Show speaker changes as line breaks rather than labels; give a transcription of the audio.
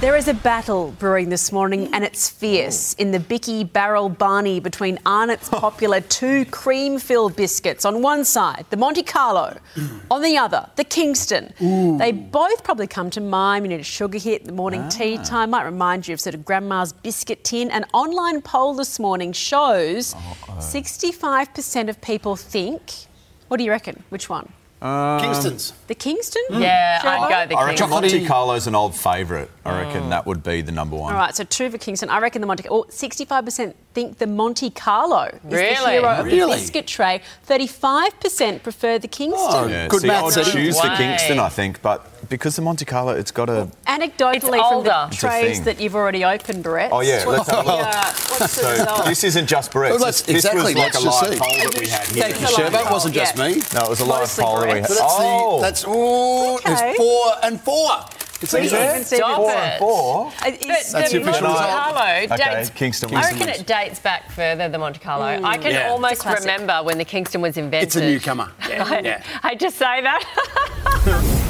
There is a battle brewing this morning, and it's fierce in the Bicky Barrel Barney between Arnott's popular two cream filled biscuits on one side, the Monte Carlo, on the other, the Kingston. They both probably come to mime. You need a sugar hit, the morning tea time might remind you of sort of grandma's biscuit tin. An online poll this morning shows 65% of people think, what do you reckon? Which one?
Kingston's.
The Kingston?
Yeah,
Shall I?
Uh, I'd go
I
the Mm.
reckon
King.
Monte Carlo's an old favourite. I reckon that would be the number one.
All right, so two for Kingston. I reckon the Monte. Oh, 65% think the Monte Carlo is the
Really?
hero of the
Really?
biscuit tray. 35% prefer the Kingston.
Oh,
Yeah,
good
see,
maths,
I
Eddie.
would choose for
Way.
Kingston, I think, but because the Monte Carlo, it's got a.
It's
Anecdotally, from
older.
the
It's
a
trays
thing.
that you've already opened, Brett.
Oh yeah, let's have a look.
Uh, what's the
So
result?
this isn't just Barrett's.
Well, let's-
this
exactly,
was like
let's
a
just
live
see.
poll that we had here.
Thank you,
It's a
Sher. That
lineup.
wasn't just
Yeah.
me.
No, it was a live
Mostly
poll that we had.
Barrett's.
But that's
oh,
the, that's ooh,
Okay.
it's four and four. It's
Please
easy.
even see
Stop
if
four
it's-
and
Uh,
four.
is-
But
That's
the
your
Monte
official result.
Carlo
Okay,
dates.
Kingston
I
Kingston
reckon
wins.
it dates back further, the Monte Carlo. I can
Yeah.
It's a
almost
classic.
remember when the Kingston was invented.
It's a newcomer. Yeah. yeah.
I just say that.